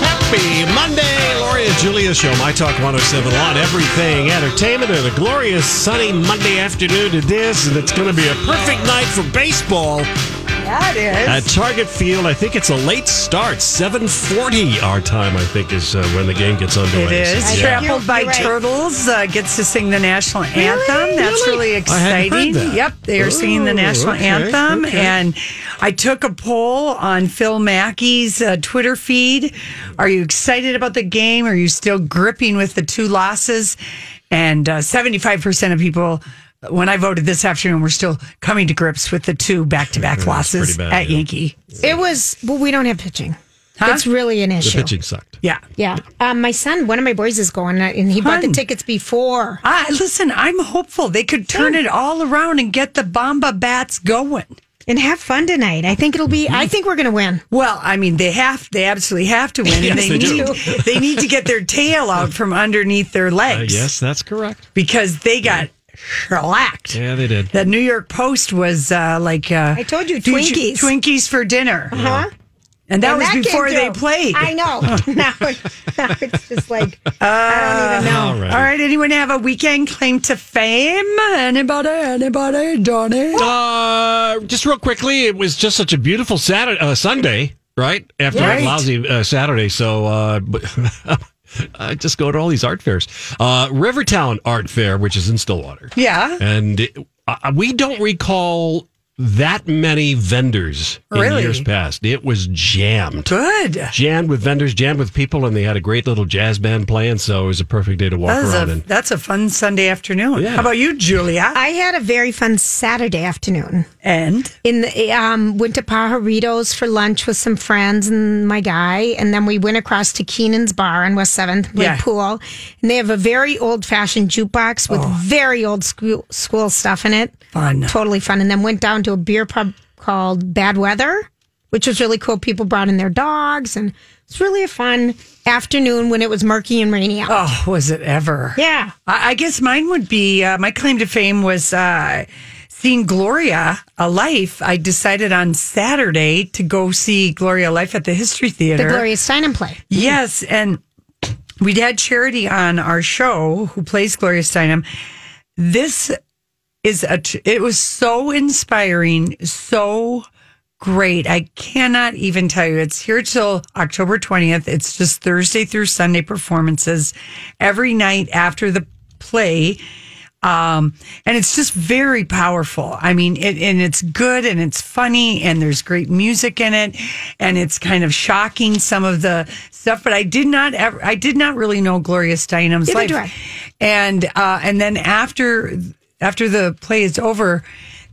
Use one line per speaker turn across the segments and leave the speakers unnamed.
Happy Monday, Lori and Julia Show, My Talk 107 on everything entertainment and a glorious sunny Monday afternoon to this, and it's going to be a perfect night for baseball
That
at Target Field. I think it's a late start, 7:40 our time. I think is uh, when the game gets underway.
It is.
So, yeah.
Trampled by
You're right.
Turtles uh, gets to sing the national anthem. That's
Really?
really,
I hadn't heard
exciting.
that.
Yep, they are singing
Ooh,
the national
okay,
anthem.
okay.
And I took a poll on Phil Mackey's uh, Twitter feed. Are you excited about the game? Are you still gripping with the two losses? And uh, 75% of people. When I voted this afternoon, were still coming to grips with the two back-to-back losses
pretty bad,
at
yeah.
Yankee.
It was well, we don't have pitching. That's really an
The
issue.
pitching sucked.
Yeah,
Yeah. Um, my son, one of my boys is going, uh, and he bought the
Fun.
tickets before.
I listen. I'm hopeful they could turn it all around and get the Bomba Bats going.
And have fun tonight. I think it'll be.
Mm-hmm.
I think we're gonna win.
Well, I mean, they have. They absolutely have to win.
Yes,
and they,
they do.
need. they need to get their tail out from underneath their
Uh,
legs.
yes, that's correct.
because they got shellacked.
Yeah, they did.
The New York Post was uh, like, uh,
I told you,
do
Twinkies.
Twinkies for dinner,
Huh?
and that
And
was
came
before they
through.
played.
I know. now, it- now it's just like I don't even know.
All right.
All right, anyone have a weekend claim to fame? Anybody? Anybody? Donnie?
Uh, just real quickly, it was just such a beautiful Saturday, uh, Sunday, right? After
Right.
a lousy uh, Saturday, so uh, I just go to all these art fairs. Uh, Rivertown Art Fair, which is in Stillwater,
Yeah.
and it, uh, we don't recall that many vendors in
Really?
years past. It was jammed.
Good.
Jammed with vendors, jammed with people, and they had a great little jazz band playing. So it was a perfect day to walk
That is
around.
a,
and
that's a fun Sunday afternoon.
Yeah.
How about you, Julia?
I had a very fun Saturday afternoon.
and
In the um, went to Pajaritos for lunch with some friends and my guy, and then we went across to Keenan's Bar on West Seventh, played
Yeah.
pool, and they have a very old fashioned jukebox with very old school school stuff in it.
Oh. fun.
Totally fun. And then went down to a beer pub called Bad Weather, which was really cool. People brought in their dogs, and it's really a fun afternoon when it was murky and rainy out.
Oh, was it ever?
Yeah.
I, I guess mine would be uh, my claim to fame was uh, seeing Gloria a Life. I decided on Saturday to go see Gloria Life at the History Theater.
The Gloria Steinem play.
Yes, and we'd had Charity on our show who plays Gloria Steinem. This is a tr- it was so inspiring, so great. I cannot even tell you. It's here till October 20th. It's just Thursday through Sunday performances every night after the play. Um, and it's just very powerful. I mean, it, and it's good and it's funny and there's great music in it and it's kind of shocking some of the stuff, but I did not ever, I did not really know Gloria Steinem's
Neither
life.
do I.
And, uh, and then after, after the play is over,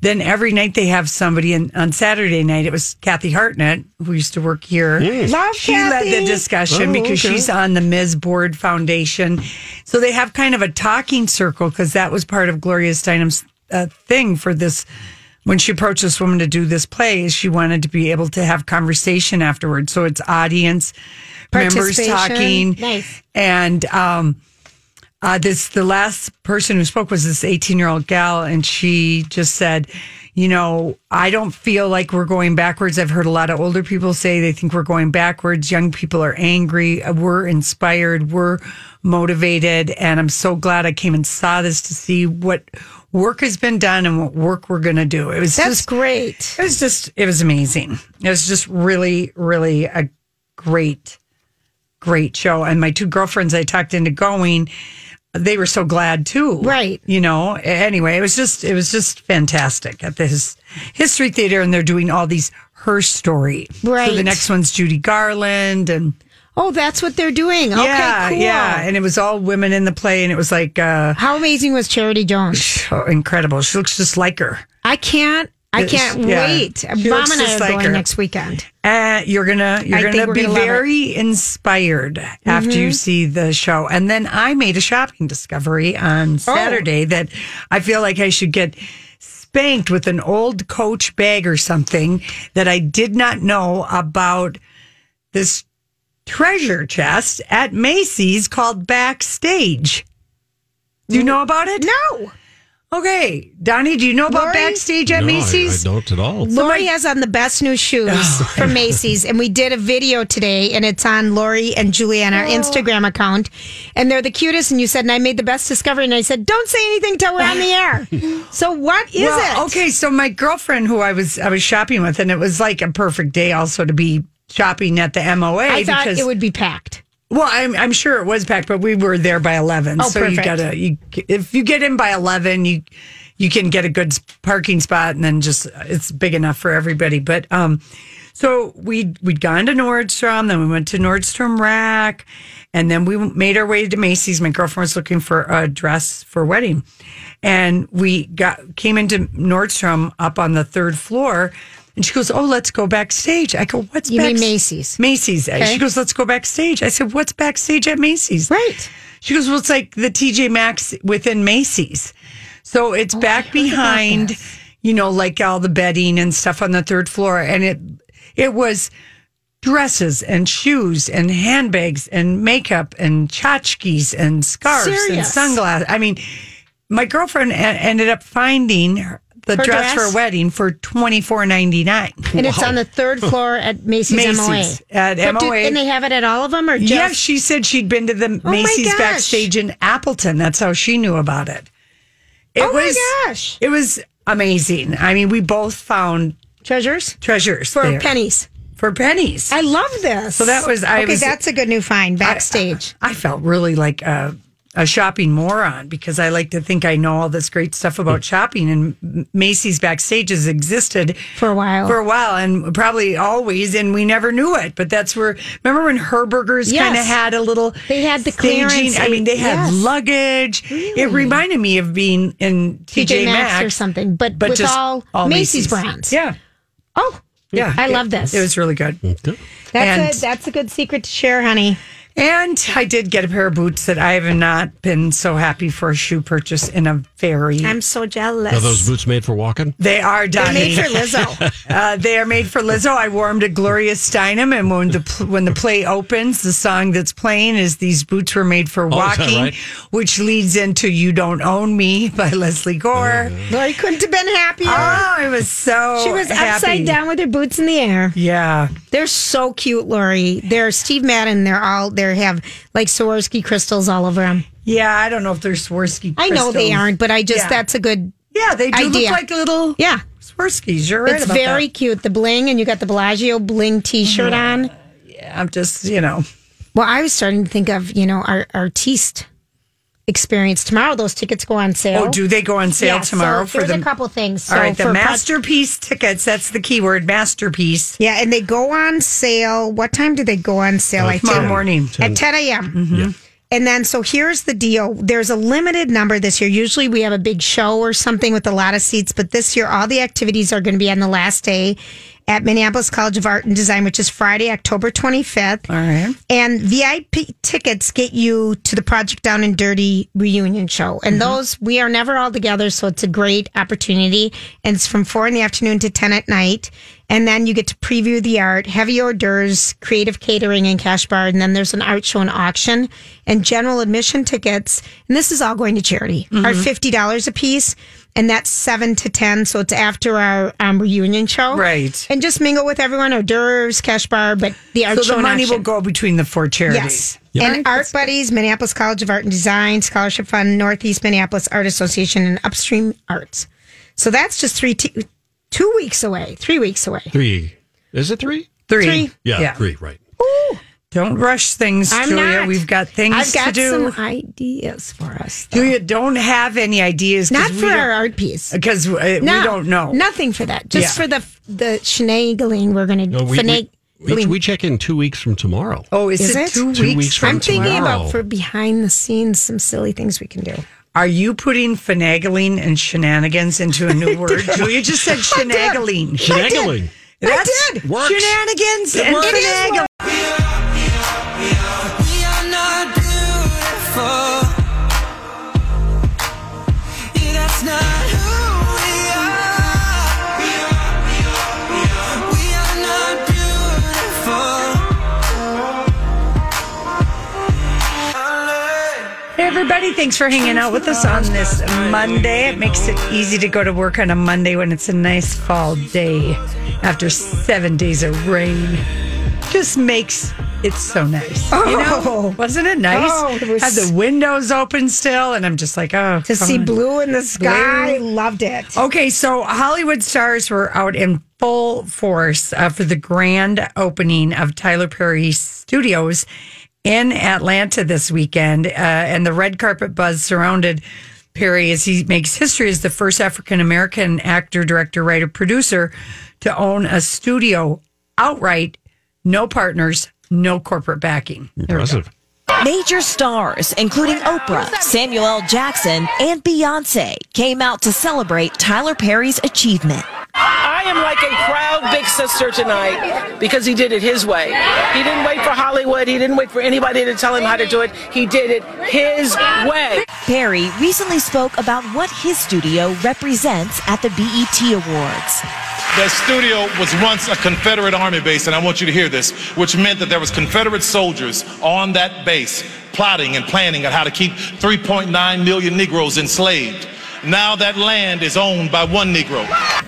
then every night they have somebody and on Saturday night, it was Kathy Hartnett who used to work here.
Love
She
Kathy.
led the discussion
Oh,
because
okay.
she's on the Ms. Board Foundation. So they have kind of a talking circle because that was part of Gloria Steinem's uh, thing for this. When she approached this woman to do this play, is she wanted to be able to have conversation afterwards. So it's audience members
Participation.
talking.
Nice.
And um, uh, this the last person who spoke was this 18 year old gal, and she just said, "You know, I don't feel like we're going backwards. I've heard a lot of older people say they think we're going backwards. Young people are angry. Uh, We're inspired. We're motivated, and I'm so glad I came and saw this to see what work has been done and what work we're going to do. It was
That's
just
great.
it was just it was amazing it was just really really a great great show and my two girlfriends i talked into going they were so glad too
Right.
you know anyway it was just it was just fantastic at this history theater and they're doing all these her story. So the
Right.
next one's Judy Garland and
Oh, that's what they're doing. Okay,
yeah,
cool.
yeah, and it was all women in the play, and it was like uh,
How amazing was Charity Jones?
oh, incredible. She looks just like her.
I can't. I
It's-
can't
yeah.
wait.
She
Mom
looks
and I
just
are
like
going
her.
next weekend.
Uh, you're gonna you're
I think
gonna
we're
be
gonna love it. Mm-hmm.
very inspired after you see the show. And then I made a shopping discovery
Oh.
on Saturday that I feel like I should get spanked with an old coach bag or something that I did not know about this treasure chest at Macy's called Backstage. Do you know about it?
Mm. No,
Okay. Donnie, do you know about
Lori?
Backstage at
No, I-
Macy's?
I, don't at all.
Lori has on the best new shoes
Oh.
from Macy's, and we did a video today, and it's on Lori and Julie on our
Oh.
Instagram account, and they're the cutest. And you said, and I made the best discovery, and I said, don't say anything till we're on the air. so what is
Well,
it?
Okay, so my girlfriend who I was I was shopping with, and it was like a perfect day also to be shopping at the MOA
I thought
because
it would be packed.
well, I'm I'm sure it was packed, but we were there by eleven.
Oh,
so you
perfect.
gotta you if you get in by eleven, you you can get a good parking spot, and then just it's big enough for everybody. But um, so we we'd gone to Nordstrom, then we went to Nordstrom Rack, and then we made our way to Macy's. My girlfriend was looking for a dress for wedding, and we got came into Nordstrom up on the third floor. And she goes, "Oh, let's go backstage." I go, "What's
You mean
backst-
Macy's?
Macy's.
Okay.
She goes, let's go backstage. I said, what's backstage at Macy's?
Right.
She goes, well, it's like the TJ Maxx within Macy's. So
Oh,
it's back behind, you know, like all the bedding and stuff on the third floor. And it, it was dresses and shoes and handbags and makeup and tchotchkes and scarves and
Serious?
sunglasses. I mean, my girlfriend a- ended up finding her- the
Her
dress, for
dress?
a wedding for twenty four ninety nine.
And it's on the third floor at Macy's, MOA.
Macy's, at
But do-
MOA.
and they have it at all of them, or just
yeah, she said she'd been to the
Oh my
Macy's
gosh.
backstage in Appleton. That's how she knew about it. It
Oh my
was
gosh.
it was amazing. I mean, we both found
treasures
treasures
for
there.
pennies?
for pennies.
I love this. So
that was- I
okay.
was-
that's a good new find backstage.
I felt really like a, a shopping moron because I like to think I know all this great stuff
Mm.
about shopping, and M- Macy's backstage has existed
For a while.
for a while, and probably always, and we never knew it. But that's where remember when Herberger's
Yes.
kind of had a little
They had the
staging?
clearance,
I mean, they had
yes.
luggage. It reminded me of being in TJ,
TJ Maxx
Maxx
or something, but with all Macy's brands.
Yeah,
oh,
yeah,
I
It-
love this.
It was really good.
Okay.
That's
And-
a that's a good secret to share, honey.
And I did get a pair of boots that I have not been so happy for a shoe purchase in a very.
I'm so jealous.
Are those boots made for walking?
they are
They're made
Donnie.
for Lizzo.
uh, they are made for Lizzo. I wore them to Gloria Steinem, and when the pl- when the play opens, the song that's playing is "These Boots Were Made for
Oh, is that
Walking,"
right?
which leads into "You Don't Own Me" by Leslie Gore.
Lori couldn't have been happier.
Oh, I was so
she was
happy.
upside down with her boots in the air.
Yeah,
They're so cute, Lori. They're Steve Madden. They're all they have like Swarovski crystals all over them.
yeah. I don't know if they're Swarovski.
I know they
crystals.
aren't, but I just
Yeah.
that's a good
Yeah, they do
Idea.
look like little
yeah.
Swarovskis. You're right
it's
about
very cute. The bling and you got the Bellagio bling T-shirt
Mm-hmm.
on.
that. I'm just you know.
Well, I was starting to think of, you know, our artiste experience tomorrow. Those tickets go on sale.
Oh, do they go on sale
Yeah,
tomorrow
so
for
there's
the?
a couple things. So
all right, the
for pro-
masterpiece tickets. That's the key word, masterpiece.
yeah, and they go on sale. What time do they go on sale? I
Uh, Tomorrow
think?
morning. Mm-hmm.
at 10 a.m.
Yeah.
Mm-hmm. And then, so here's the deal. There's a limited number this year. Usually we have a big show or something with a lot of seats, but this year all the activities are going to be on the last day at Minneapolis College of Art and Design, which is Friday, October 25th.
All right.
And VIP tickets get you to the Project Down and Dirty reunion show.
Mm-hmm.
And those, we are never all together. So it's a great opportunity. And it's from four in the afternoon to 10 at night. And then you get to preview the art, heavy hors d'oeuvres, creative catering and cash bar. And then there's an art show and auction and general admission tickets. And this is all going to charity
Mm-hmm.
are $50 a piece. And that's seven to 10. So it's after our um, reunion show.
Right.
And just mingle with everyone, hors d'oeuvres, cash bar, but the art
So
show
the
and
money
auction.
will go between the four charities.
Yes. And Art Buddies, Minneapolis College of Art and Design, Scholarship Fund, Northeast Minneapolis Art Association, and Upstream Arts. So that's just three, t- two weeks away, three weeks away.
Three. Is it three?
Three.
Three.
Yeah, three, right.
Don't rush things,
I'm
Julia.
not.
We've got things
I've got
to do.
some ideas for us. though.
Julia, don't have any ideas. 'cause
Not
we
for
don't-
our art piece.
because uh, we don't know.
Nothing for that. Just
Yeah.
for the the finagling we're going to
No, we,
finag-
we, we, we check in two weeks from tomorrow.
Oh, is,
Is
it,
it?
two,
Two
weeks?
weeks
from
I'm thinking
tomorrow.
about for behind the scenes some silly things we can do.
Are you putting finagling and shenanigans into a new word? Julia just said shenagling.
Finagling.
That's
did.
Works.
shenanigans
It
and
works. It is
finagling.
We are not beautiful. Yeah, that's not who we are. We are, we are, we are. We are not beautiful.
Hey, everybody, thanks for hanging out with us on this Monday. It makes it easy to go to work on a Monday when it's a nice fall day after seven days of rain. Just makes it so nice. you know?
Oh.
Wasn't it nice?
Oh, it was-
Had the windows open still, and I'm just like, oh.
To see
fun.
blue in the sky,
Blue.
loved it.
Okay, so Hollywood stars were out in full force uh, for the grand opening of Tyler Perry Studios in Atlanta this weekend, uh, and the red carpet buzz surrounded Perry as he makes history as the first African American actor, director, writer, producer to own a studio outright, no partners, no corporate backing. There we go.
Impressive.
Major stars, including Oprah, Samuel L. Jackson, and Beyonce, came out to celebrate Tyler Perry's achievement.
I am like a proud big sister tonight because he did it his way. He didn't wait for Hollywood. He didn't wait for anybody to tell him how to do it. He did it his way.
Perry recently spoke about what his studio represents at the BET Awards.
The studio was once a Confederate Army base, and I want you to hear this, which meant that there was Confederate soldiers on that base plotting and planning on how to keep 3.9 million Negroes enslaved. Now that land is owned by one Negro.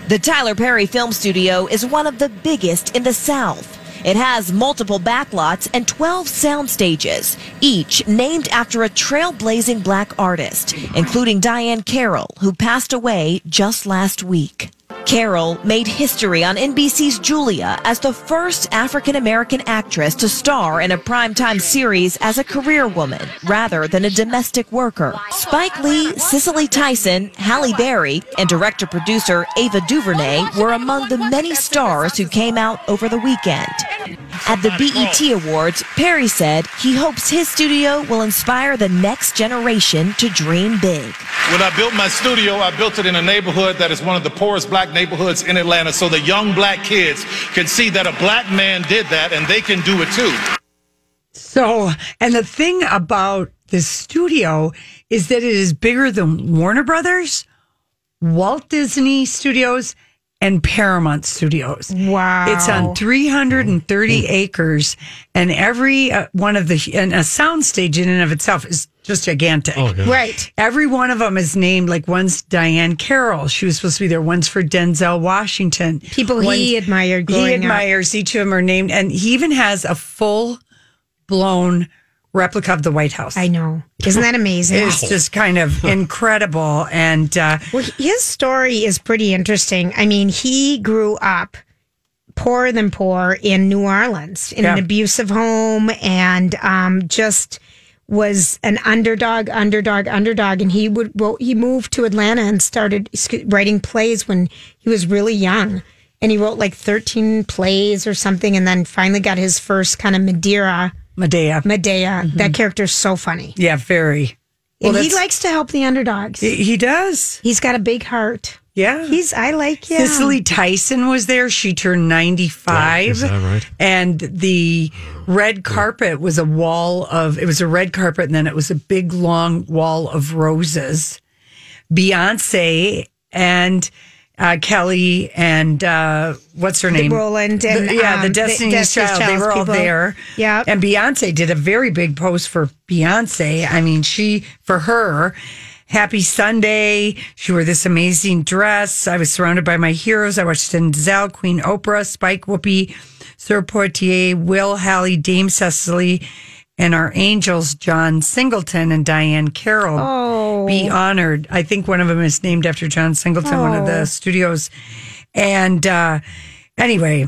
The Tyler Perry Film Studio is one of the biggest in the South. It has multiple backlots and 12 sound stages, each named after a trailblazing black artist, including Diane Carroll, who passed away just last week. Carroll made history on NBC's Julia as the first African American actress to star in a primetime series as a career woman rather than a domestic worker. Spike Lee, Cicely Tyson, Halle Berry, and director producer Ava DuVernay were among the many stars who came out over the weekend. At the BET Awards, Perry said he hopes his studio will inspire the next generation to dream big.
When I built my studio, I built it in a neighborhood that is one of the poorest black neighborhoods in Atlanta so the young black kids can see that a black man did that and they can do it too.
So, and the thing about the studio is that it is bigger than Warner Brothers, Walt Disney Studios, and Paramount Studios.
Wow.
It's on 330 acres, and every uh, one of the, and a sound stage in and of itself is just gigantic.
Oh, yeah.
Right.
Every one of them is named. Like one's Diane Carroll. She was supposed to be there. One's for Denzel Washington.
People he admired
He
growing up.
admires. Each of them are named, and he even has a full blown replica of the White House.
I know. Isn't that amazing?
It's just kind of incredible. And uh,
Well, his story is pretty interesting. I mean, he grew up poorer than poor in New Orleans in an
Yeah.
abusive home and um, just was an underdog, underdog, underdog. And he would well, he moved to Atlanta and started excu- writing plays when he was really young. And he wrote like 13 plays or something, and then finally got his first kind of Madeira,
Medea.
Medea.
Mm-hmm.
That character's so funny.
Yeah, very. Well,
and he
that's-
likes to help the underdogs.
He he does.
He's got a big heart.
Yeah.
He's I like him.
Cicely Tyson was there. She turned 95.
Yeah, is that right?
And the red carpet was a wall of, it was a red carpet, and then it was a big, long wall of roses. Beyonce and uh, Kelly and uh, what's her name?
Roland and,
The- yeah, the
um, the
Destiny's,
Destiny's
Child. They
Child
were all
people.
there.
Yep.
And Beyonce did a very big post for Beyonce. I mean, she, for her, Happy Sunday. She wore this amazing dress. I was surrounded by my heroes. I watched Denzel, Queen Oprah, Spike Whoopi, Sir Portier, Will Halley, Dame Cecily, and our angels, John Singleton and Diane Carroll, be honored. I think one of them is named after John Singleton, one of the studios. And uh, anyway,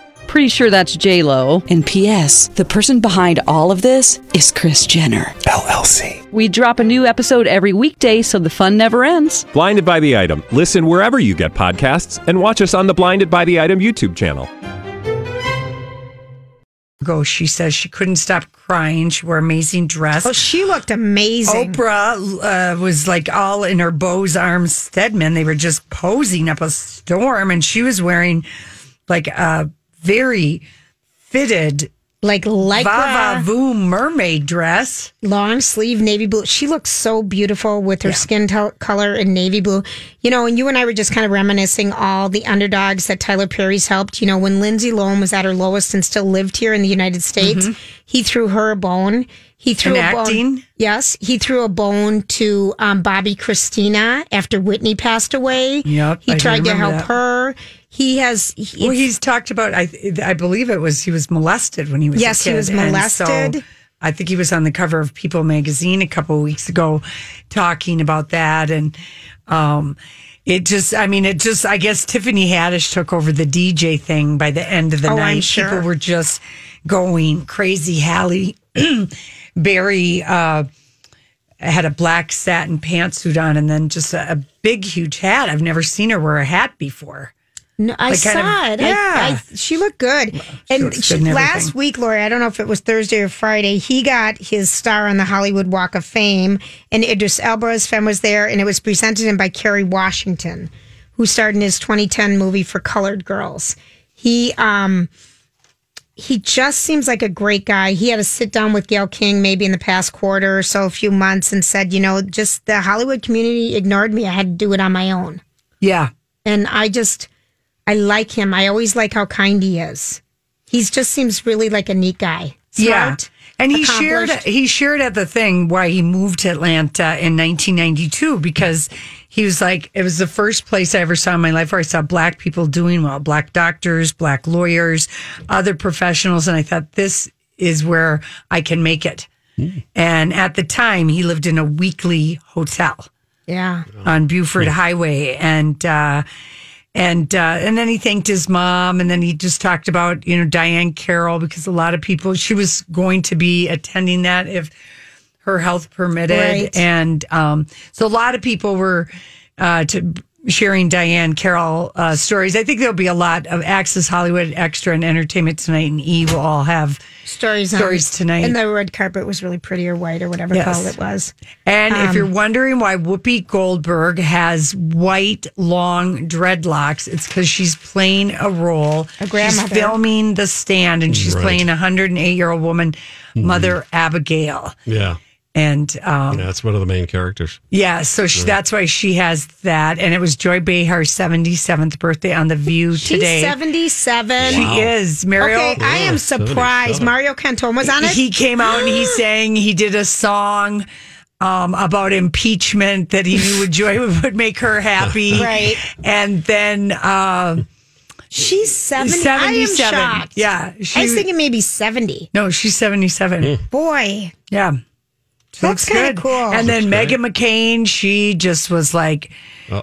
Pretty sure that's J Lo. And P.S. The person behind all of this is Chris Jenner LLC. We drop a new episode every weekday, so the fun never ends.
Blinded by the item. Listen wherever you get podcasts, and watch us on the Blinded by the Item YouTube channel.
Go. She says she couldn't stop crying. She wore amazing dress.
Oh, she looked amazing.
Oprah uh, was like all in her Bose Arms Stedman. They were just posing up a storm, and she was wearing like a very fitted
Like lycra,
Vava Voo mermaid dress.
long sleeve navy blue. She looks so beautiful with her skin to- color and navy blue. You know, and you and I were just kind of reminiscing all the underdogs that Tyler Perry's helped. You know, when Lindsay Lohan was at her lowest and still lived here in the United States, he threw her a bone. He threw
And
a bone.
Mm-hmm. acting.
Yes, he threw a bone to um, Bobby Christina after Whitney passed away.
Yep,
he
I do
tried to
remember
help
that.
her. He has. he-
Well, he's talked about. I I believe it was he was molested when he was.
Yes,
a
he
kid.
was
And
molested.
I think he was on the cover of People magazine a couple of weeks ago, talking about that, and um, it just. I mean, it just. I guess Tiffany Haddish took over the DJ thing by the end of the
Oh, I'm
night.
sure.
People were just going crazy. Halle Berry uh, had a black satin pantsuit on, and then just a, a big, huge hat. I've never seen her wear a hat before.
No, I
Like,
saw
kind of-
it.
yeah.
I, I, she looked good. and
looks good
she-
and
last
everything.
week, Lori, I don't know if it was Thursday or Friday, he got his star on the Hollywood Walk of Fame, and Idris Elba's femme was there, and it was presented to him by Kerry Washington, who starred in his 2010 movie for Colored Girls. He um he just seems like a great guy. He had a sit down with Gail King maybe in the past quarter or so, a few months, and said, you know, just the Hollywood community ignored me. I had to do it on my own
Yeah.
and I just I like him. I always like how kind he is. He just seems really like a neat guy. Smart,
And he shared
accomplished.
he shared at the thing why he moved to Atlanta in 1992 because he was like it was the first place I ever saw in my life where I saw black people doing well, black doctors, black lawyers, other professionals and I thought this is where I can make it.
Hmm.
And at the time he lived in a weekly hotel
Yeah.
on Buford Highway, and uh, and uh, and then he thanked his mom, and then he just talked about you know Diane Carroll because a lot of people she was going to be attending that if her health permitted,
Right.
and um, so a lot of people were uh, to sharing Diane Carroll uh, stories. I think there'll be a lot of Access Hollywood Extra and Entertainment Tonight, and E will all have.
Stories on-
Stories tonight.
And the red carpet was really pretty or white or whatever
Yes.
color it was.
And if
Um,
you're wondering why Whoopi Goldberg has white long dreadlocks, it's because she's playing a role.
A grandmother.
She's filming The Stand, and she's playing a 108 year old woman, Mother Abigail.
Yeah.
And um,
Yeah, that's one of the main characters.
yeah, so she, that's why she has that. And it was Joy Behar's 77th birthday on The View today.
She's seventy seven.
She is Mariel.
Okay, I am surprised.
77.
Mario Cantone was on it.
He came out and he sang. He did a song um, about impeachment that he knew would joy would make her happy.
Right.
And then uh,
she's seventy.
seventy-seven.
I am shocked.
Yeah.
I
She,
was thinking maybe seventy.
no, she's seventy-seven.
Hmm. Boy,
Yeah. She
That's
looks
kinda
good.
cool.
And then Megan McCain, she just was like,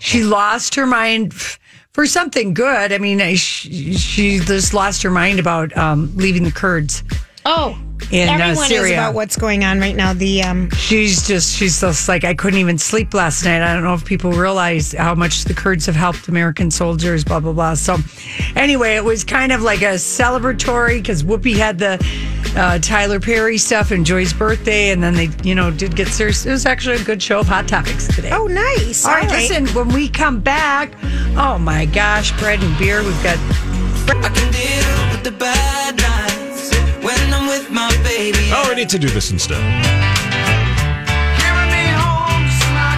she lost her mind f- for something good. I mean, I- she, she just lost her mind about um, leaving the Kurds.
oh,
in uh,
Everyone is
Syria.
about what's going on right now. The um,
She's just, she's just like, I couldn't even sleep last night. I don't know if people realize how much the Kurds have helped American soldiers, blah, blah, blah. So, anyway, it was kind of like a celebratory because Whoopi had the uh, Tyler Perry stuff and Joy's birthday. And then they, you know, did get serious. It was actually a good show of Hot Topics today.
oh, nice.
All right, listen, when we come back, oh my gosh, bread and beer. We've got
the bad nights when I'm with my baby.
Oh, we need to do this instead.
Carry me home so I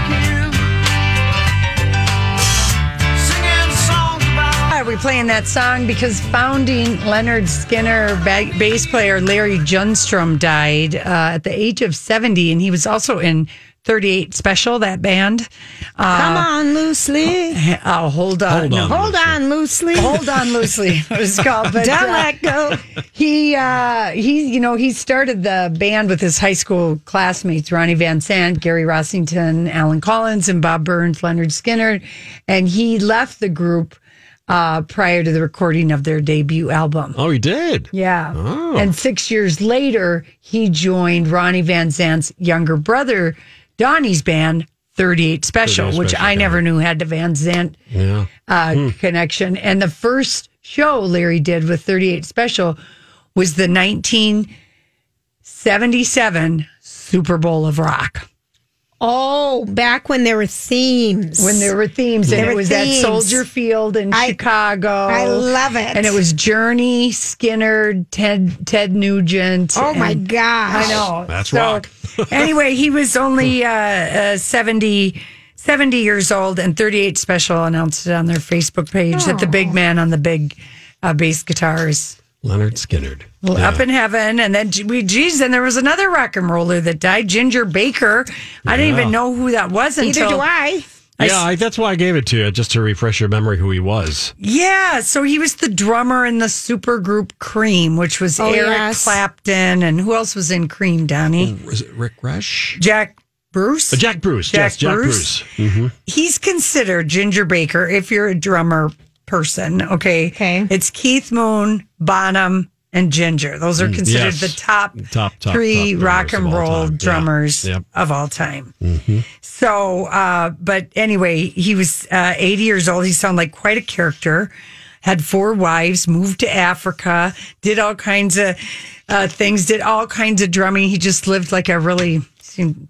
can singing songs about
Why are we playing that song? Because founding Leonard Skinner ba- bass player Larry Junstrom died uh, at the age of 70, and he was also in 38 Special, that band.
Come on loosely.
Oh, hold on.
Hold on.
Hold on loosely.
Hold on loosely. It was called. But,
Don't
uh,
let go.
He uh, he, you know, he started the band with his high school classmates Ronnie Van Sant, Gary Rossington, Alan Collins, and Bob Burns, Leonard Skinner, and he left the group uh, prior to the recording of their debut album.
Oh, he did.
Yeah.
Oh.
And six years later, he joined Ronnie Van Zant's younger brother, Donnie's band, 38 Special,
38
which
Special,
I
got
never knew had the Van Zant
Yeah. Hmm.
uh, connection. And the first show Larry did with 38 Special was the 1977 Super Bowl of Rock
Oh, back when there were themes.
when there were themes. And
There
it
were
was
themes.
at Soldier Field in
I-
Chicago.
I love it.
And it was Journey, Skinner, Ted, Ted Nugent.
Oh my
and-
gosh.
I know.
That's rock.
anyway, he was only uh, uh, 70, 70 years old, and 38 Special announced it on their Facebook page that the
Oh.
big man on the big uh, bass guitar is
Leonard Skinner.
up in heaven. And then, gee- we, geez, then there was another rock and roller that died, Ginger Baker. I didn't even know who that was
Neither
until.
do I.
yeah, I, that's why I gave it to you, just to refresh your memory who he was.
Yeah, so he was the drummer in the supergroup Cream, which was
Oh,
Eric
yes.
Clapton, and who else was in Cream? Donnie,
Was it Rick Rush?
Jack Bruce.
Mm. Uh, Jack Bruce.
Jack
yes, Jack
Bruce?
Bruce. Mm-hmm.
He's considered Ginger Baker if you're a drummer person. Okay,
Okay.
It's Keith Moon, Bonham, and Ginger. Those are considered
Mm, yes.
the top,
Top, top,
three
top
rock
drummers of
and
all
roll
time. Yeah.
drummers
Yep. Mm-hmm.
of all time. So, uh, but anyway, he was uh, 80 years old. He sounded like quite a character. Had four wives, moved to Africa, did all kinds of uh, things, did all kinds of drumming. He just lived like a really seemed,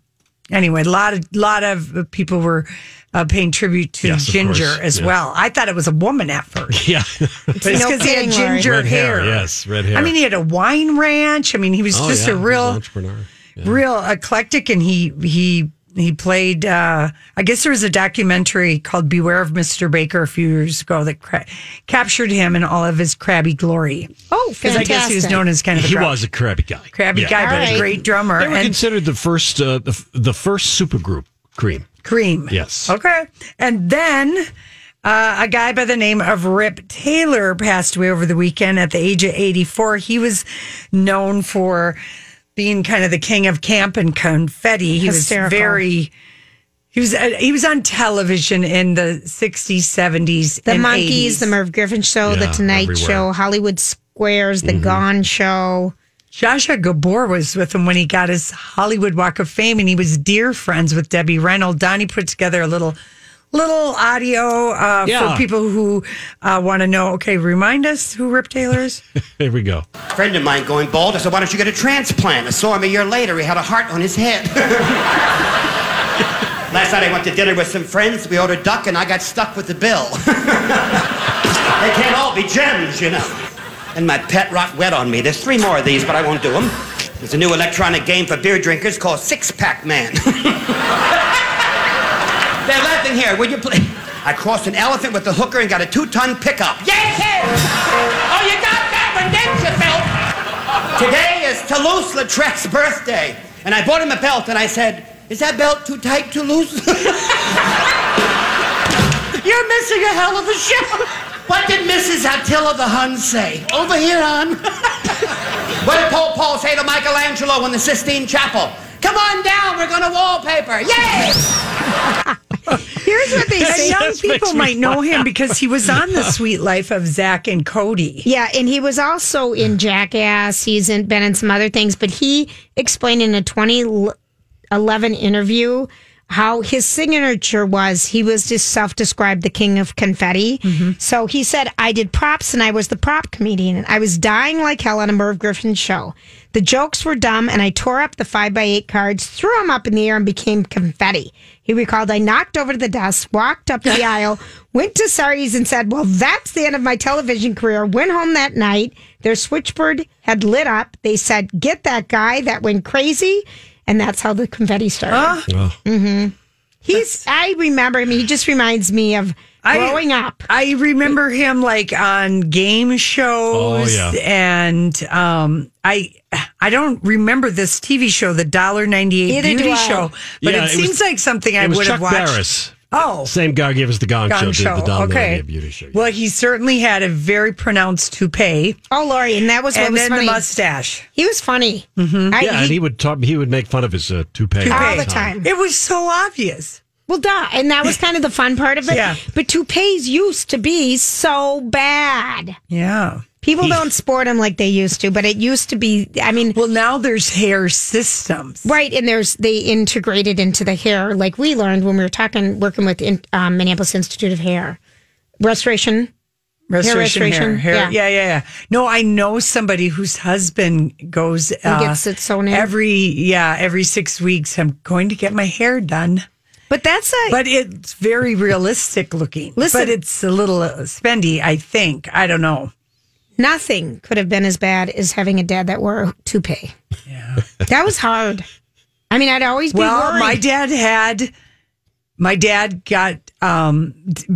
anyway. A lot of lot of people were uh, paying tribute to
Yes, of
Ginger
course.
as
Yes.
well. I thought it was a woman at first,
Yeah.
but it's because he
kidding,
had
Lori.
ginger
red hair.
hair.
Yes, red hair.
I mean, he had a wine ranch. I mean, he was
Oh,
just
yeah,
a
he was
real
an entrepreneur.
real eclectic and he he he played uh i guess there was a documentary called beware of mr baker a few years ago that cra- captured him in all of his crabby glory
Oh,
because i
fantastic.
guess he was known as kind of a
He
crab-
was a crabby guy.
crabby
Yeah.
guy but
All
a
right.
great drummer
They were
and
considered the first, uh, the, f- the first supergroup, Cream.
cream
Yes.
okay and then uh, a guy by the name of Rip Taylor passed away over the weekend at the age of 84. He was known for being kind of the king of camp and confetti. He
Hysterical.
was very he was uh, he was on television in the 60s, 70s,
The
and
Monkeys,
80s.
the Merv Griffin Show, The
Yeah,
Tonight
everywhere.
Show, Hollywood Squares,
Mm-hmm.
The Gone Show.
Shasha Gabor was with him when he got his Hollywood Walk of Fame, and he was dear friends with Debbie Reynolds. Donnie put together a little little audio uh,
Yeah.
for people who uh, want to know. Okay, remind us who Rip Taylor is.
Here we go.
friend of mine going bald. I said, why don't you get a transplant? I saw him a year later. He had a heart on his head. Last night I went to dinner with some friends. We ordered duck and I got stuck with the bill. they can't all be gems, you know. And my pet rock wet on me. There's three more of these, but I won't do them. There's a new electronic game for beer drinkers called Six Pack Man. They're laughing here. Would you please? I crossed an elephant with a hooker and got a two-ton pickup. Yes! it! Oh, you got that one, didn't you, Phil? Today is Toulouse-Lautrec's birthday, and I bought him a belt, and I said, "Is that belt too tight, too loose?" You're missing a hell of a show. What did Mrs. Attila the Hun say? Over here, Hun. what did Pope Paul say to Michelangelo in the Sistine Chapel? Come on down. We're gonna wallpaper. Yay!
Here's what they
And
say.
young people might know him because he was on The Sweet Life of Zach and Cody.
Yeah, and he was also in Jackass. He's in, been in some other things, but he explained in a 2011 interview how his signature was he was just self described the king of confetti. So he said, I did props and I was the prop comedian. And I was dying like hell on a Merv Griffin show. The jokes were dumb and I tore up the 5x8 cards, threw them up in the air, and became confetti. He recalled I knocked over the desk, walked up the aisle, went to Sari's and said, Well, that's the end of my television career. Went home that night. Their switchboard had lit up. They said, Get that guy that went crazy. And that's how the confetti started. hmm He's, I remember him. He just reminds me of growing up.
I remember him like on game
Oh,
shows,
yeah.
and um, I I don't remember this TV show, the Dollar Ninety Eight
Neither
Beauty
do I.
Show, but
Yeah, it
it, seems
was-
like something I
it was
would have
Chuck
watched.
Barris.
Oh,
Same guy gave us the Gong,
Gong
Show, did the Don
okay.
Leonard Beauty Show.
Well, he certainly had a very pronounced toupee.
Oh, Lori, and that was what
and
was
then
funny. Mm-hmm.
the mustache.
He was funny. I-
yeah, and he would talk. He would make fun of his uh, toupee,
all the time.
It was so obvious.
Well, duh. And that was kind of the fun part of it.
Yeah.
But toupees used to be so bad.
Yeah.
People don't sport them like they used to, but it used to be. I mean,
well, now there's hair systems,
right? And there's they integrated into the hair, like we learned when we were talking working with in, um, Minneapolis Institute of Hair Restoration.
Restoration hair,
restoration,
hair. Yeah. yeah, yeah, No, I know somebody whose husband goes uh,
Who gets it sewn in?
every yeah every six weeks. I'm going to get my hair done,
But that's a
but it's very realistic looking.
Listen-
but it's a little uh, spendy. I think I don't know.
nothing could have been as bad as having a dad that wore a toupee. Yeah, that was hard. I mean, I'd always be
well,
worried.
my dad had my dad got um, d-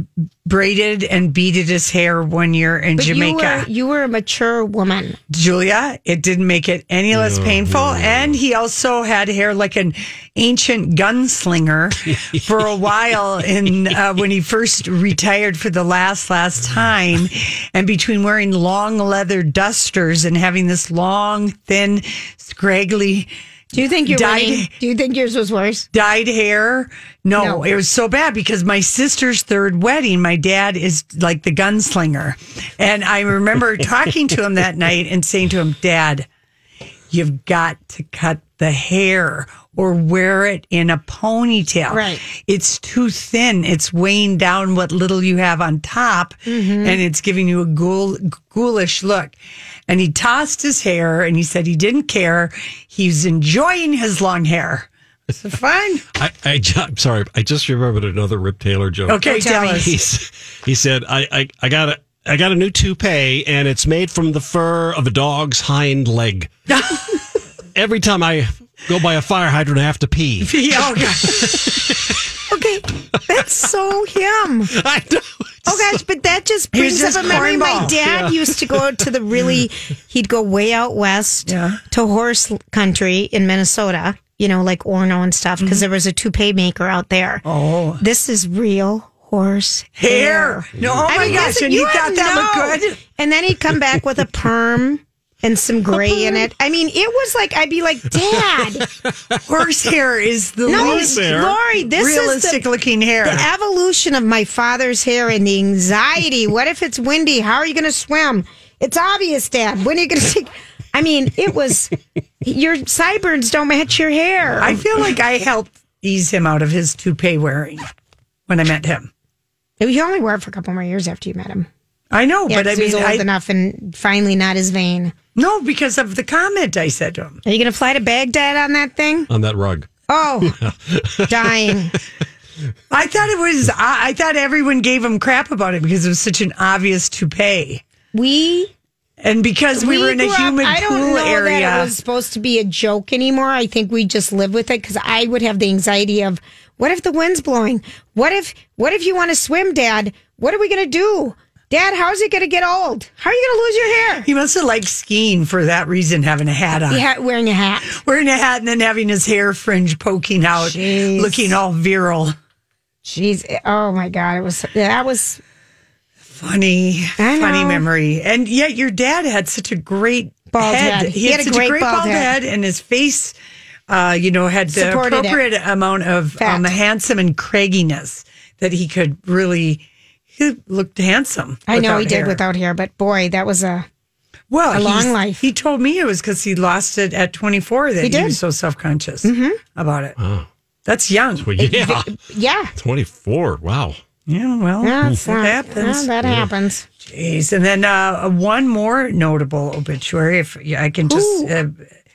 braided and beaded his hair one year in
But
Jamaica.
You were, you were a mature woman.
Julia, it didn't make it any less painful. And he also had hair like an ancient gunslinger for a while in uh, when he first retired for the last last time. And between wearing long leather dusters and having this long, thin, scraggly
Do you think you're
Dyed-
winning? Do you think yours was worse?
dyed hair. No,
No.
it was so bad because my sister's third wedding, my dad is like the gunslinger. And I remember talking to him that night and saying to him, Dad, you've got to cut the hair or wear it in a ponytail.
Right.
It's too thin. It's weighing down what little you have on top and it's giving you a ghoul, ghoulish look. And he tossed his hair and he said he didn't care. He's enjoying his long hair. So fine.
I, I, ju- I'm sorry. I just remembered another Rip Taylor joke.
Okay, Oh, tell Tell me. us.
He's, he said, I, I, I got a, I got a new toupee, and it's made from the fur of a dog's hind leg. Every time I go by a fire hydrant, I have to pee.
oh, God.
Okay, that's so him.
I know.
Oh gosh, but that just
He
brings
was
up
just
a memory. My
cornball.
dad used to go to the really, he'd go way out west
Yeah.
to horse country in Minnesota, you know, like Orno and stuff, because there was a toupee maker out there.
Mm-hmm. Oh.
This is real horse hair.
Hair. No, oh my gosh,
listen,
and you
have
thought that looked good?
And then he'd come back with a perm and some gray in it. I mean, it was like, I'd be like, Dad,
Horsehair is the
no,
least
Lori, this is the
realistic looking hair.
the evolution of my father's hair and the anxiety. What if it's windy? How are you going to swim? It's obvious, Dad. When are you going to take? I mean, it was your sideburns don't match your hair.
I feel like I helped ease him out of his toupee wearing when I met him.
he only wore it for a couple more years after you met him.
I know,
Yeah,
but I
he was
mean,
old
I,
enough and finally not as vain.
no, because of the comment I said to him.
Are you going to fly to Baghdad on that thing?
On that rug.
Oh, dying.
I thought it was, I, I thought everyone gave him crap about it because it was such an obvious toupee.
We
And because we, were in a
grew up-
human
I don't
pool
know
area.
That it was supposed to be a joke anymore. I think we just live with it because I would have the anxiety of what if the wind's blowing? What if what if you want to swim, Dad? What are we gonna do? Dad, how's it gonna get old? How are you gonna lose your hair?
he must have liked skiing for that reason, having a hat on.
He had wearing a hat.
Wearing a hat and then having his hair fringe poking out,
Jeez.
looking all virile.
Jeez, oh my God, it was that was
Funny,
I
funny
know.
memory. And yet, your dad had such a great
Bald
head.
head.
He, had, such a great bald, head. and his face, uh, you know, had the
Supported it.
appropriate amount of
Fat.
um, handsome and cragginess that he could really. He looked handsome.
I know he
without
did
hair.
without hair, but boy, that was a
well
a long
he's-
life.
He told me it was because he lost it at 24 that
He
he,
did. Mm-hmm.
was so self conscious about it.
Wow.
That's young.
Well, yeah.
Yeah.
24. Wow.
Yeah, well,
Yeah,
that
it's not-
happens.
yeah, that
Hmm. Yeah.
happens.
Jeez. And then uh, one more notable obituary, if I can just. Uh,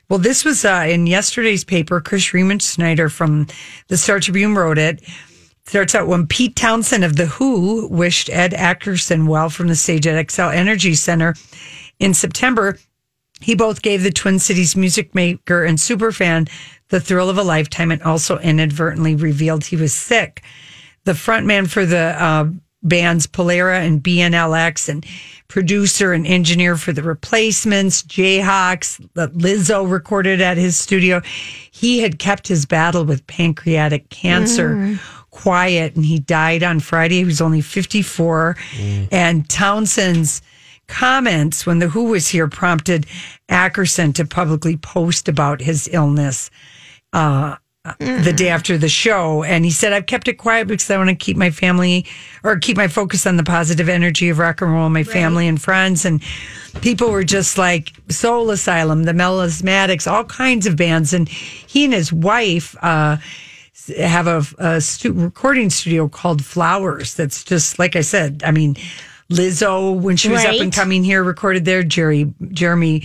well, this was uh, in yesterday's paper. Chris Riemann Schneider from the Star Tribune wrote it. Starts out when Pete Townsend of The Who wished Ed Ackerson well from the stage at Excel Energy Center in September. He both gave the Twin Cities music maker and superfan the thrill of a lifetime and also inadvertently revealed he was sick. The frontman for the uh, bands Polera and BNLX and producer and engineer for the replacements, Jayhawks, that Lizzo recorded at his studio. He had kept his battle with pancreatic cancer
Mm.
quiet and he died on Friday. He was only 54. And Townsend's comments when the Who was here prompted Ackerson to publicly post about his illness uh, the day after the show. And he said, I've kept it quiet because I want to keep my family or keep my focus on the positive energy of rock and roll, my family and friends. And people were just like Soul Asylum, the Melismatics, all kinds of bands. And he and his wife, uh, s- have a, a stu- recording studio called Flowers. That's just like I said. I mean, Lizzo when she was up
Right.
and coming here recorded there. Jerry Jeremy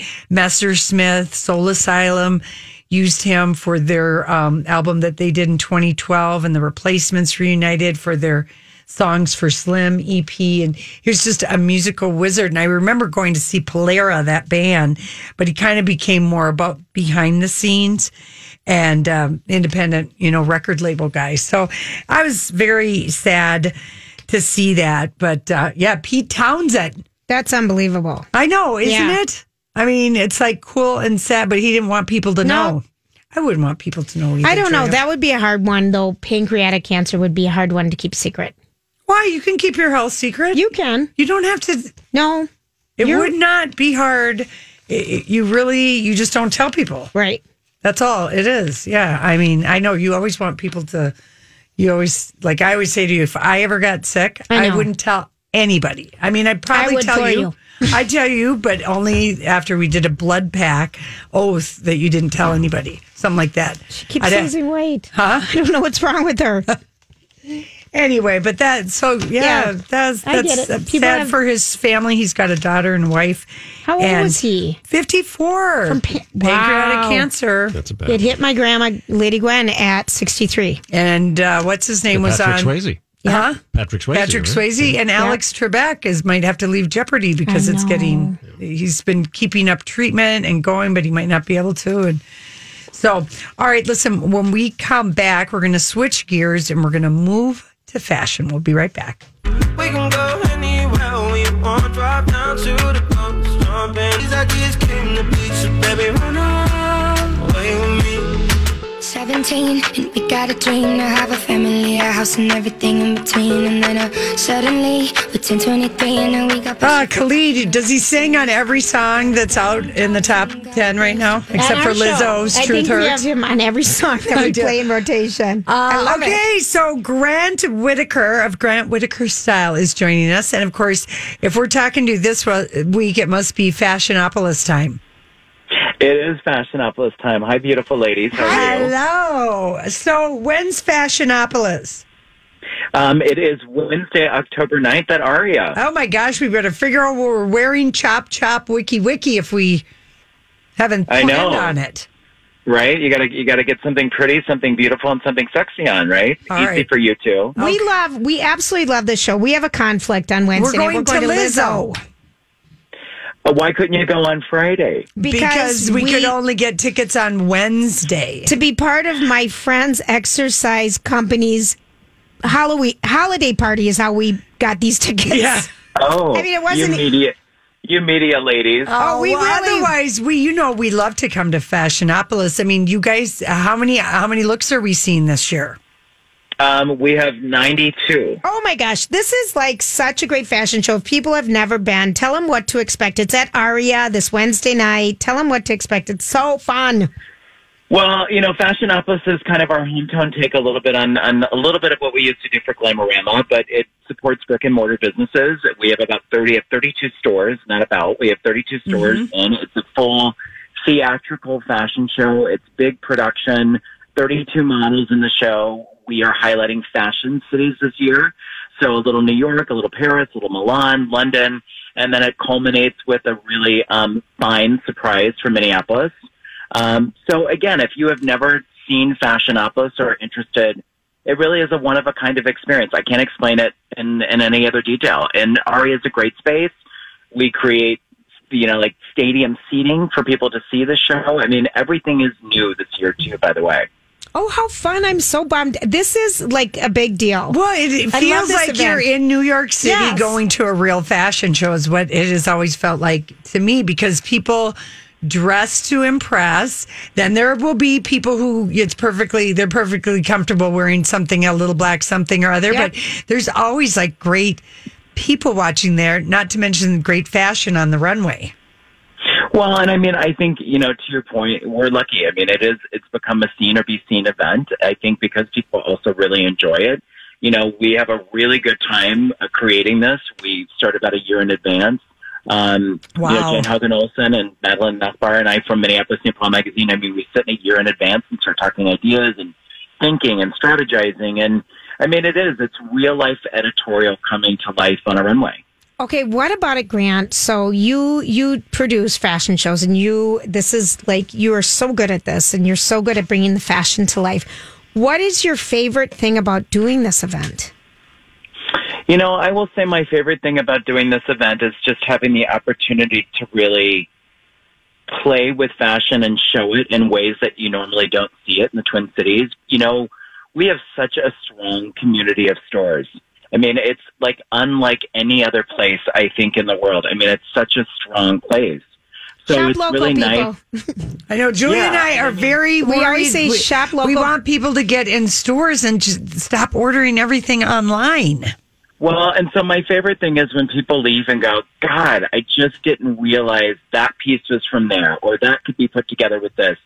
Messersmith Soul Asylum used him for their um, album that they did in 2012, and the Replacements reunited for their songs for Slim EP. And he was just a musical wizard. And I remember going to see Polera that band, but he kind of became more about behind the scenes and um, independent, you know, record label guy. So I was very sad to see that. But uh, yeah, Pete Townsend.
That's unbelievable.
I know, isn't
Yeah.
it? I mean, it's like cool and sad, but he didn't want people to
No.
know. I wouldn't want people to know either.
I don't know.
Joanna.
That would be a hard one though. Pancreatic cancer would be a hard one to keep secret.
Why? You can keep your health secret.
You can.
You don't have to.
No.
It
You're-
would not be hard. I- I- You really, you just don't tell people.
Right.
That's all it is. Yeah. I mean, I know you always want people to, you always, like I always say to you, if I ever got sick,
I
I,
know.
wouldn't tell anybody. I mean, I'd probably
would
tell
for
you.
you.
I tell you, but only after we did a blood pack oath that you didn't tell anybody, something like that. She
Keeps losing weight.
Huh?
I don't know what's wrong with her.
Anyway, but that so yeah,
Yeah,
that's
I
that's
get it.
sad
People have-
for his family. He's got a daughter and wife.
How old was he?
Fifty four.
From pa-
pancreatic
Wow.
cancer.
That's a bad
It hit my grandma, Lady Gwen, at 63.
And uh, what's his name was
Patrick
on
Swayze.
Huh?
Patrick Swayze.
Patrick
right?
Swayze and Alex Trebek is might have to leave Jeopardy because
I
it's
know.
getting he's been keeping up treatment and going, but he might not be able to. And so, all right, listen, when we come back, we're gonna switch gears and we're gonna move to fashion. We'll be right back.
We can go anywhere we want. Drive down to the coast, jump in. These ideas came to be, so baby, run away with me.
17, and we got a dream to have a family, a house, and everything in between. And then uh, suddenly, we're 10, 23, and then we got.
Ah, Khalid, does he sing on every song that's out in the top 10 right now? Except for
At our show,
Lizzo's
I
Truth
think we have
Hurts?
him on every song that
I
we
do.
play in rotation. I
Uh,
love it.
okay, so Grant Whitaker of Grant Whitaker Style is joining us. And of course, if we're talking to this wa- week, it must be Fashionopolis time.
It is Fashionopolis time. Hi, beautiful ladies. How are you?
Hello. So when's Fashionopolis?
Um, it is Wednesday, October 9th at Aria.
Oh my gosh, we better figure out what we're wearing Chop Chop Wiki Wiki if we haven't
I
planned
know.
on it.
Right? You gotta you gotta get something pretty, something beautiful, and something sexy on. Right?
All
Easy
right.
for you two.
We love, we absolutely love this show. We have a conflict on Wednesday. night.
going to Lizzo.
Uh, Why couldn't you go on Friday?
Because
Because, we,
we-
could only get tickets on Wednesday.
To be part of my friend's exercise company's Halloween holiday party is how we got these tickets.
Yeah.
Oh,
I mean, it wasn't- e-
you media, you media ladies.
Oh, we otherwise we you know we love to come to Fashionopolis. I mean, you guys, how many how many looks are we seeing this year?
Um, we have 92.
Oh my gosh, this is like such a great fashion show. If people have never been, tell them what to expect. It's at Aria this Wednesday night. Tell them what to expect. It's so fun.
Well, you know, Fashionopolis is kind of our hometown take a little bit on, on a little bit of what we used to do for Glamorama, but it supports brick and mortar businesses. We have about 30, 32 stores, not about, we have 32 stores,
Mhm.
and it's a full theatrical fashion show. It's big production, 32 models in the show. We are highlighting fashion cities this year. So a little New York, a little Paris, a little Milan, London, and then it culminates with a really um, fine surprise for Minneapolis. Um, so again, if you have never seen Fashionopolis or are interested, it really is a one of a kind of experience. I can't explain it in, in any other detail. And Ari is a great space. We create, you know, like stadium seating for people to see the show. I mean, everything is new this year too, by the way.
Oh, how fun! I'm so bummed. This is like a big deal.
Well, it, it feels like you're in New York City going to a real fashion show is what it has always felt like to me because people dress to impress. Then there will be people who it's perfectly they're perfectly comfortable wearing something a little black something or other,
Yeah.
but there's always like great people watching there, not to mention great fashion on the runway.
Well, and I mean, I think you know, to your point, we're lucky. I mean, it is it's become a seen or be seen event. I think because people also really enjoy it. You know, we have a really good time uh, creating this. We start about a year in advance. Um, You
Wow.
know, Jen Hogan Olson and Madeline Nussbar and I from Minneapolis New Paul Magazine. I mean, we sit in a year in advance and start talking ideas and thinking and strategizing. And I mean, it is it's real life editorial coming to life on a runway.
Okay, what about it, Grant? So you you produce fashion shows, and you this is like you are so good at this, and you're so good at bringing the fashion to life. What is your favorite thing about doing this event?
You know, I will say my favorite thing about doing this event is just having the opportunity to really play with fashion and show it in ways that you normally don't see it in the Twin Cities. You know, we have such a strong community of stores. I mean, it's like unlike any other place I think in the world. I mean, it's such a strong place. So
Shop
it's
local,
really
people.
nice.
I know Julie and I are very.
We
worried.
always say
we,
shop
We
local.
want people to get in stores and just stop ordering everything online.
Well, and so my favorite thing is when people leave and go, God, I just didn't realize that piece was from there or that could be put together with this.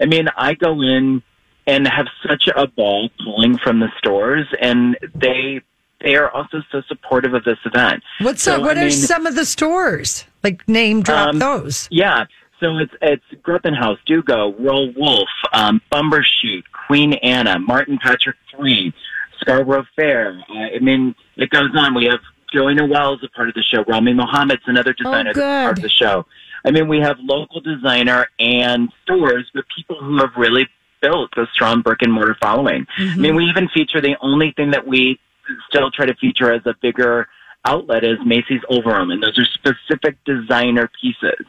I mean, I go in and have such a ball pulling from the stores and they they are also so supportive of this event.
What's up? What
I
are
mean-
some of the stores? Like name drop
um,
those.
Yeah. So it's it's Greppenhaus, Dugo, Roll Wolf, um, Bumbershoot, Queen Anna, Martin Patrick Three, Scarborough Fair. Uh, I mean, it goes on. We have Joanna Wells, a part of the show. Rami Mohammed's another designer that's part of the show. I mean, we have local designer and stores, but people who have really built a strong brick and mortar following. I mean, we even feature the only thing that we still try to feature as a bigger outlet is Macy's Overarm, and those are specific designer pieces,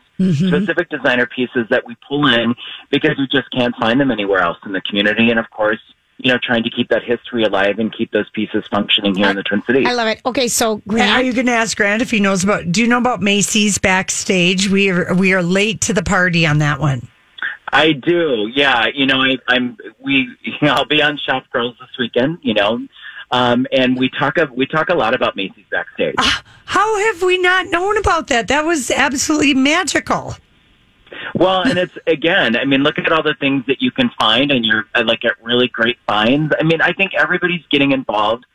specific designer pieces that we pull in because we just can't find them anywhere else in the community. And of course, you know, trying to keep that history alive and keep those pieces functioning here in the Twin Cities.
I love it. Okay, so
Grant, are you going to ask Grant if he knows about? Do you know about Macy's backstage? We are we are late to the party on that one.
I do, yeah. You know, I, I'm we. I'll be on Shop Girls this weekend. You know, um, and we talk of, we talk a lot about Macy's backstage.
How have we not known about that? That was absolutely magical.
Well, and it's again, I mean, look at all the things that you can find, and you're uh, like at really great finds. I mean, I think everybody's getting involved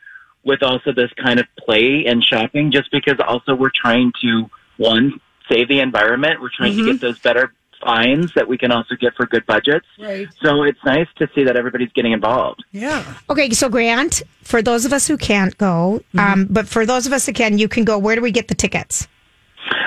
with also this kind of play and shopping, just because also we're trying to one save the environment. We're trying
Mhm.
to get those better finds that we can also get for good budgets.
Right.
So it's nice to see that everybody's getting involved.
Yeah.
Okay, so Grant, for those of us who can't go,
Mm-hmm.
um, but for those of us that can, you can go. Where do we get the tickets?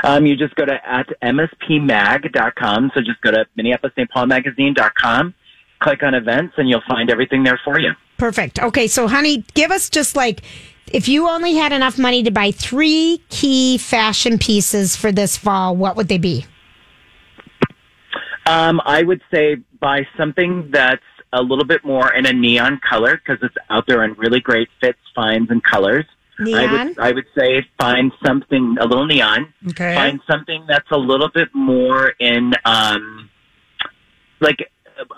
Um, you just go to at mspmag.com. So just go to Minneapolis St. Paul Magazine.com, click on events, and you'll find everything there for you.
Perfect. Okay, so honey, give us just like if you only had enough money to buy three key fashion pieces for this fall, what would they be?
Um, I would say buy something that's a little bit more in a neon color because it's out there in really great fits, finds, and colors. I
Neon?
would I would say find something a little neon.
Okay.
Find something that's a little bit more in um, like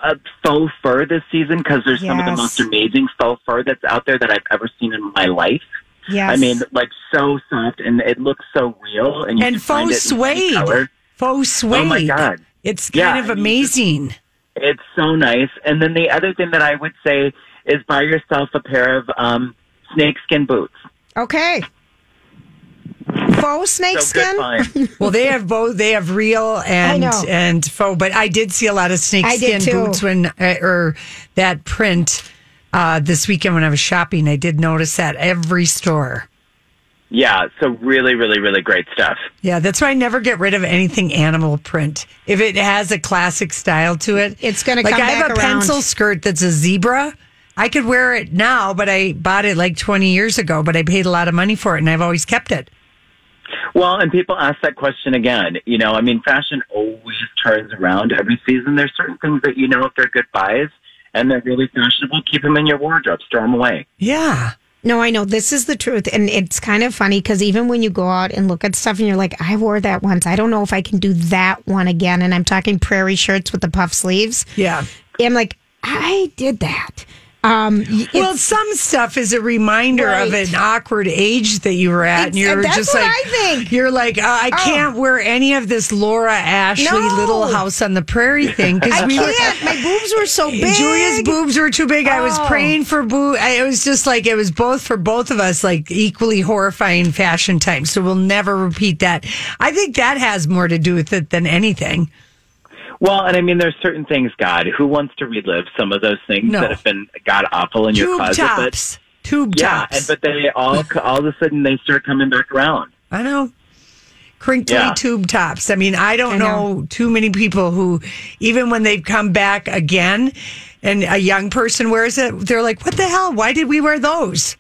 a, a faux fur this season because there's some of the
Yes.
most amazing faux fur that's out there that I've ever seen in my life.
Yes.
I mean, like so soft and it looks so real and you
And
can find
faux
it in any
suede.
color.
Faux suede.
Oh my god.
It's
Yeah,
kind of
I mean,
amazing.
It's so nice. And then the other thing that I would say is buy yourself a pair of um, snakeskin boots.
Okay. Faux snake skin?
well, they have both. They have real and
know.
and faux. But I did see a lot of snake
I did
skin
too.
boots when uh, or that print uh, this weekend when I was shopping. I did notice that every store.
Yeah, so really, really, really great stuff.
Yeah, that's why I never get rid of anything animal print. If it has a classic style to it, it's
gonna
like
come
I have
back
a
around.
pencil skirt that's a zebra. I could wear it now, but I bought it like 20 years ago, but I paid a lot of money for it and I've always kept it.
Well, and people ask that question again. You know, I mean, fashion always turns around every season. There's certain things that you know if they're good buys and they're really fashionable, keep them in your wardrobe, store them away.
Yeah.
No, I know. This is the truth. And it's kind of funny because even when you go out and look at stuff and you're like, I wore that once. I don't know if I can do that one again. And I'm talking prairie shirts with the puff sleeves.
Yeah.
I'm like, I did that. Um, y-
Well, some stuff is a reminder of
Right.
an awkward age that you were at, and
Ex-
you're
that's
just
what
like,
I think.
you're like, uh, I
Oh.
can't wear any of this Laura Ashley
No.
Little House on the Prairie thing
I
because we were.
can't. My boobs were so big.
Julia's boobs were too big. I was
Oh.
praying for boo. I, it was just like it was both for both of us, like equally horrifying fashion time. So we'll never repeat that. I think that has more to do with it than anything.
Well, and I mean, there's certain things, God, who wants to relive some of those things
No.
that have been God awful in your
Tube
closet? but-
tops, tube
yeah,
tops.
and, but they all, all of a sudden, they start coming back around.
I know. Crinkly
Yeah.
tube tops. I mean, I don't
I
know.
know.
too many people who, even when they've come back again and a young person wears it, they're like, what the hell? Why did we wear those?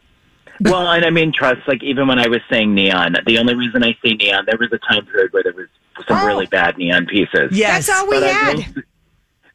well, and I mean, trust, like, even when I was saying neon, the only reason I say neon, there was a time period where there was some really bad neon pieces.
Yes. That's all we
But I
had.
will s-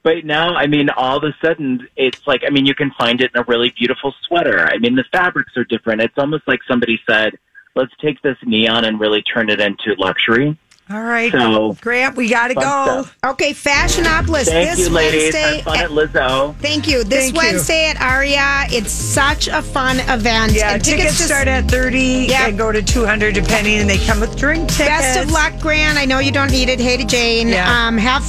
But now, I mean, all of a sudden, it's like, I mean, you can find it in a really beautiful sweater. I mean, the fabrics are different. It's almost like somebody said, let's take this neon and really turn it into luxury.
All right.
So-
Grant, we got to
Fun
go.
stuff.
Okay, Fashionopolis
Thank
this
you, ladies.
Wednesday.
Have fun at Lizzo.
Thank you. This
Thank you.
Wednesday at Aria. It's such a fun event.
Yeah,
And
tickets,
to-
start at 30
Yeah.
and go to 200 depending, and they come with drink tickets.
Best of luck, Gran. I know you don't need it. Hey to Jane.
Yeah.
Um, have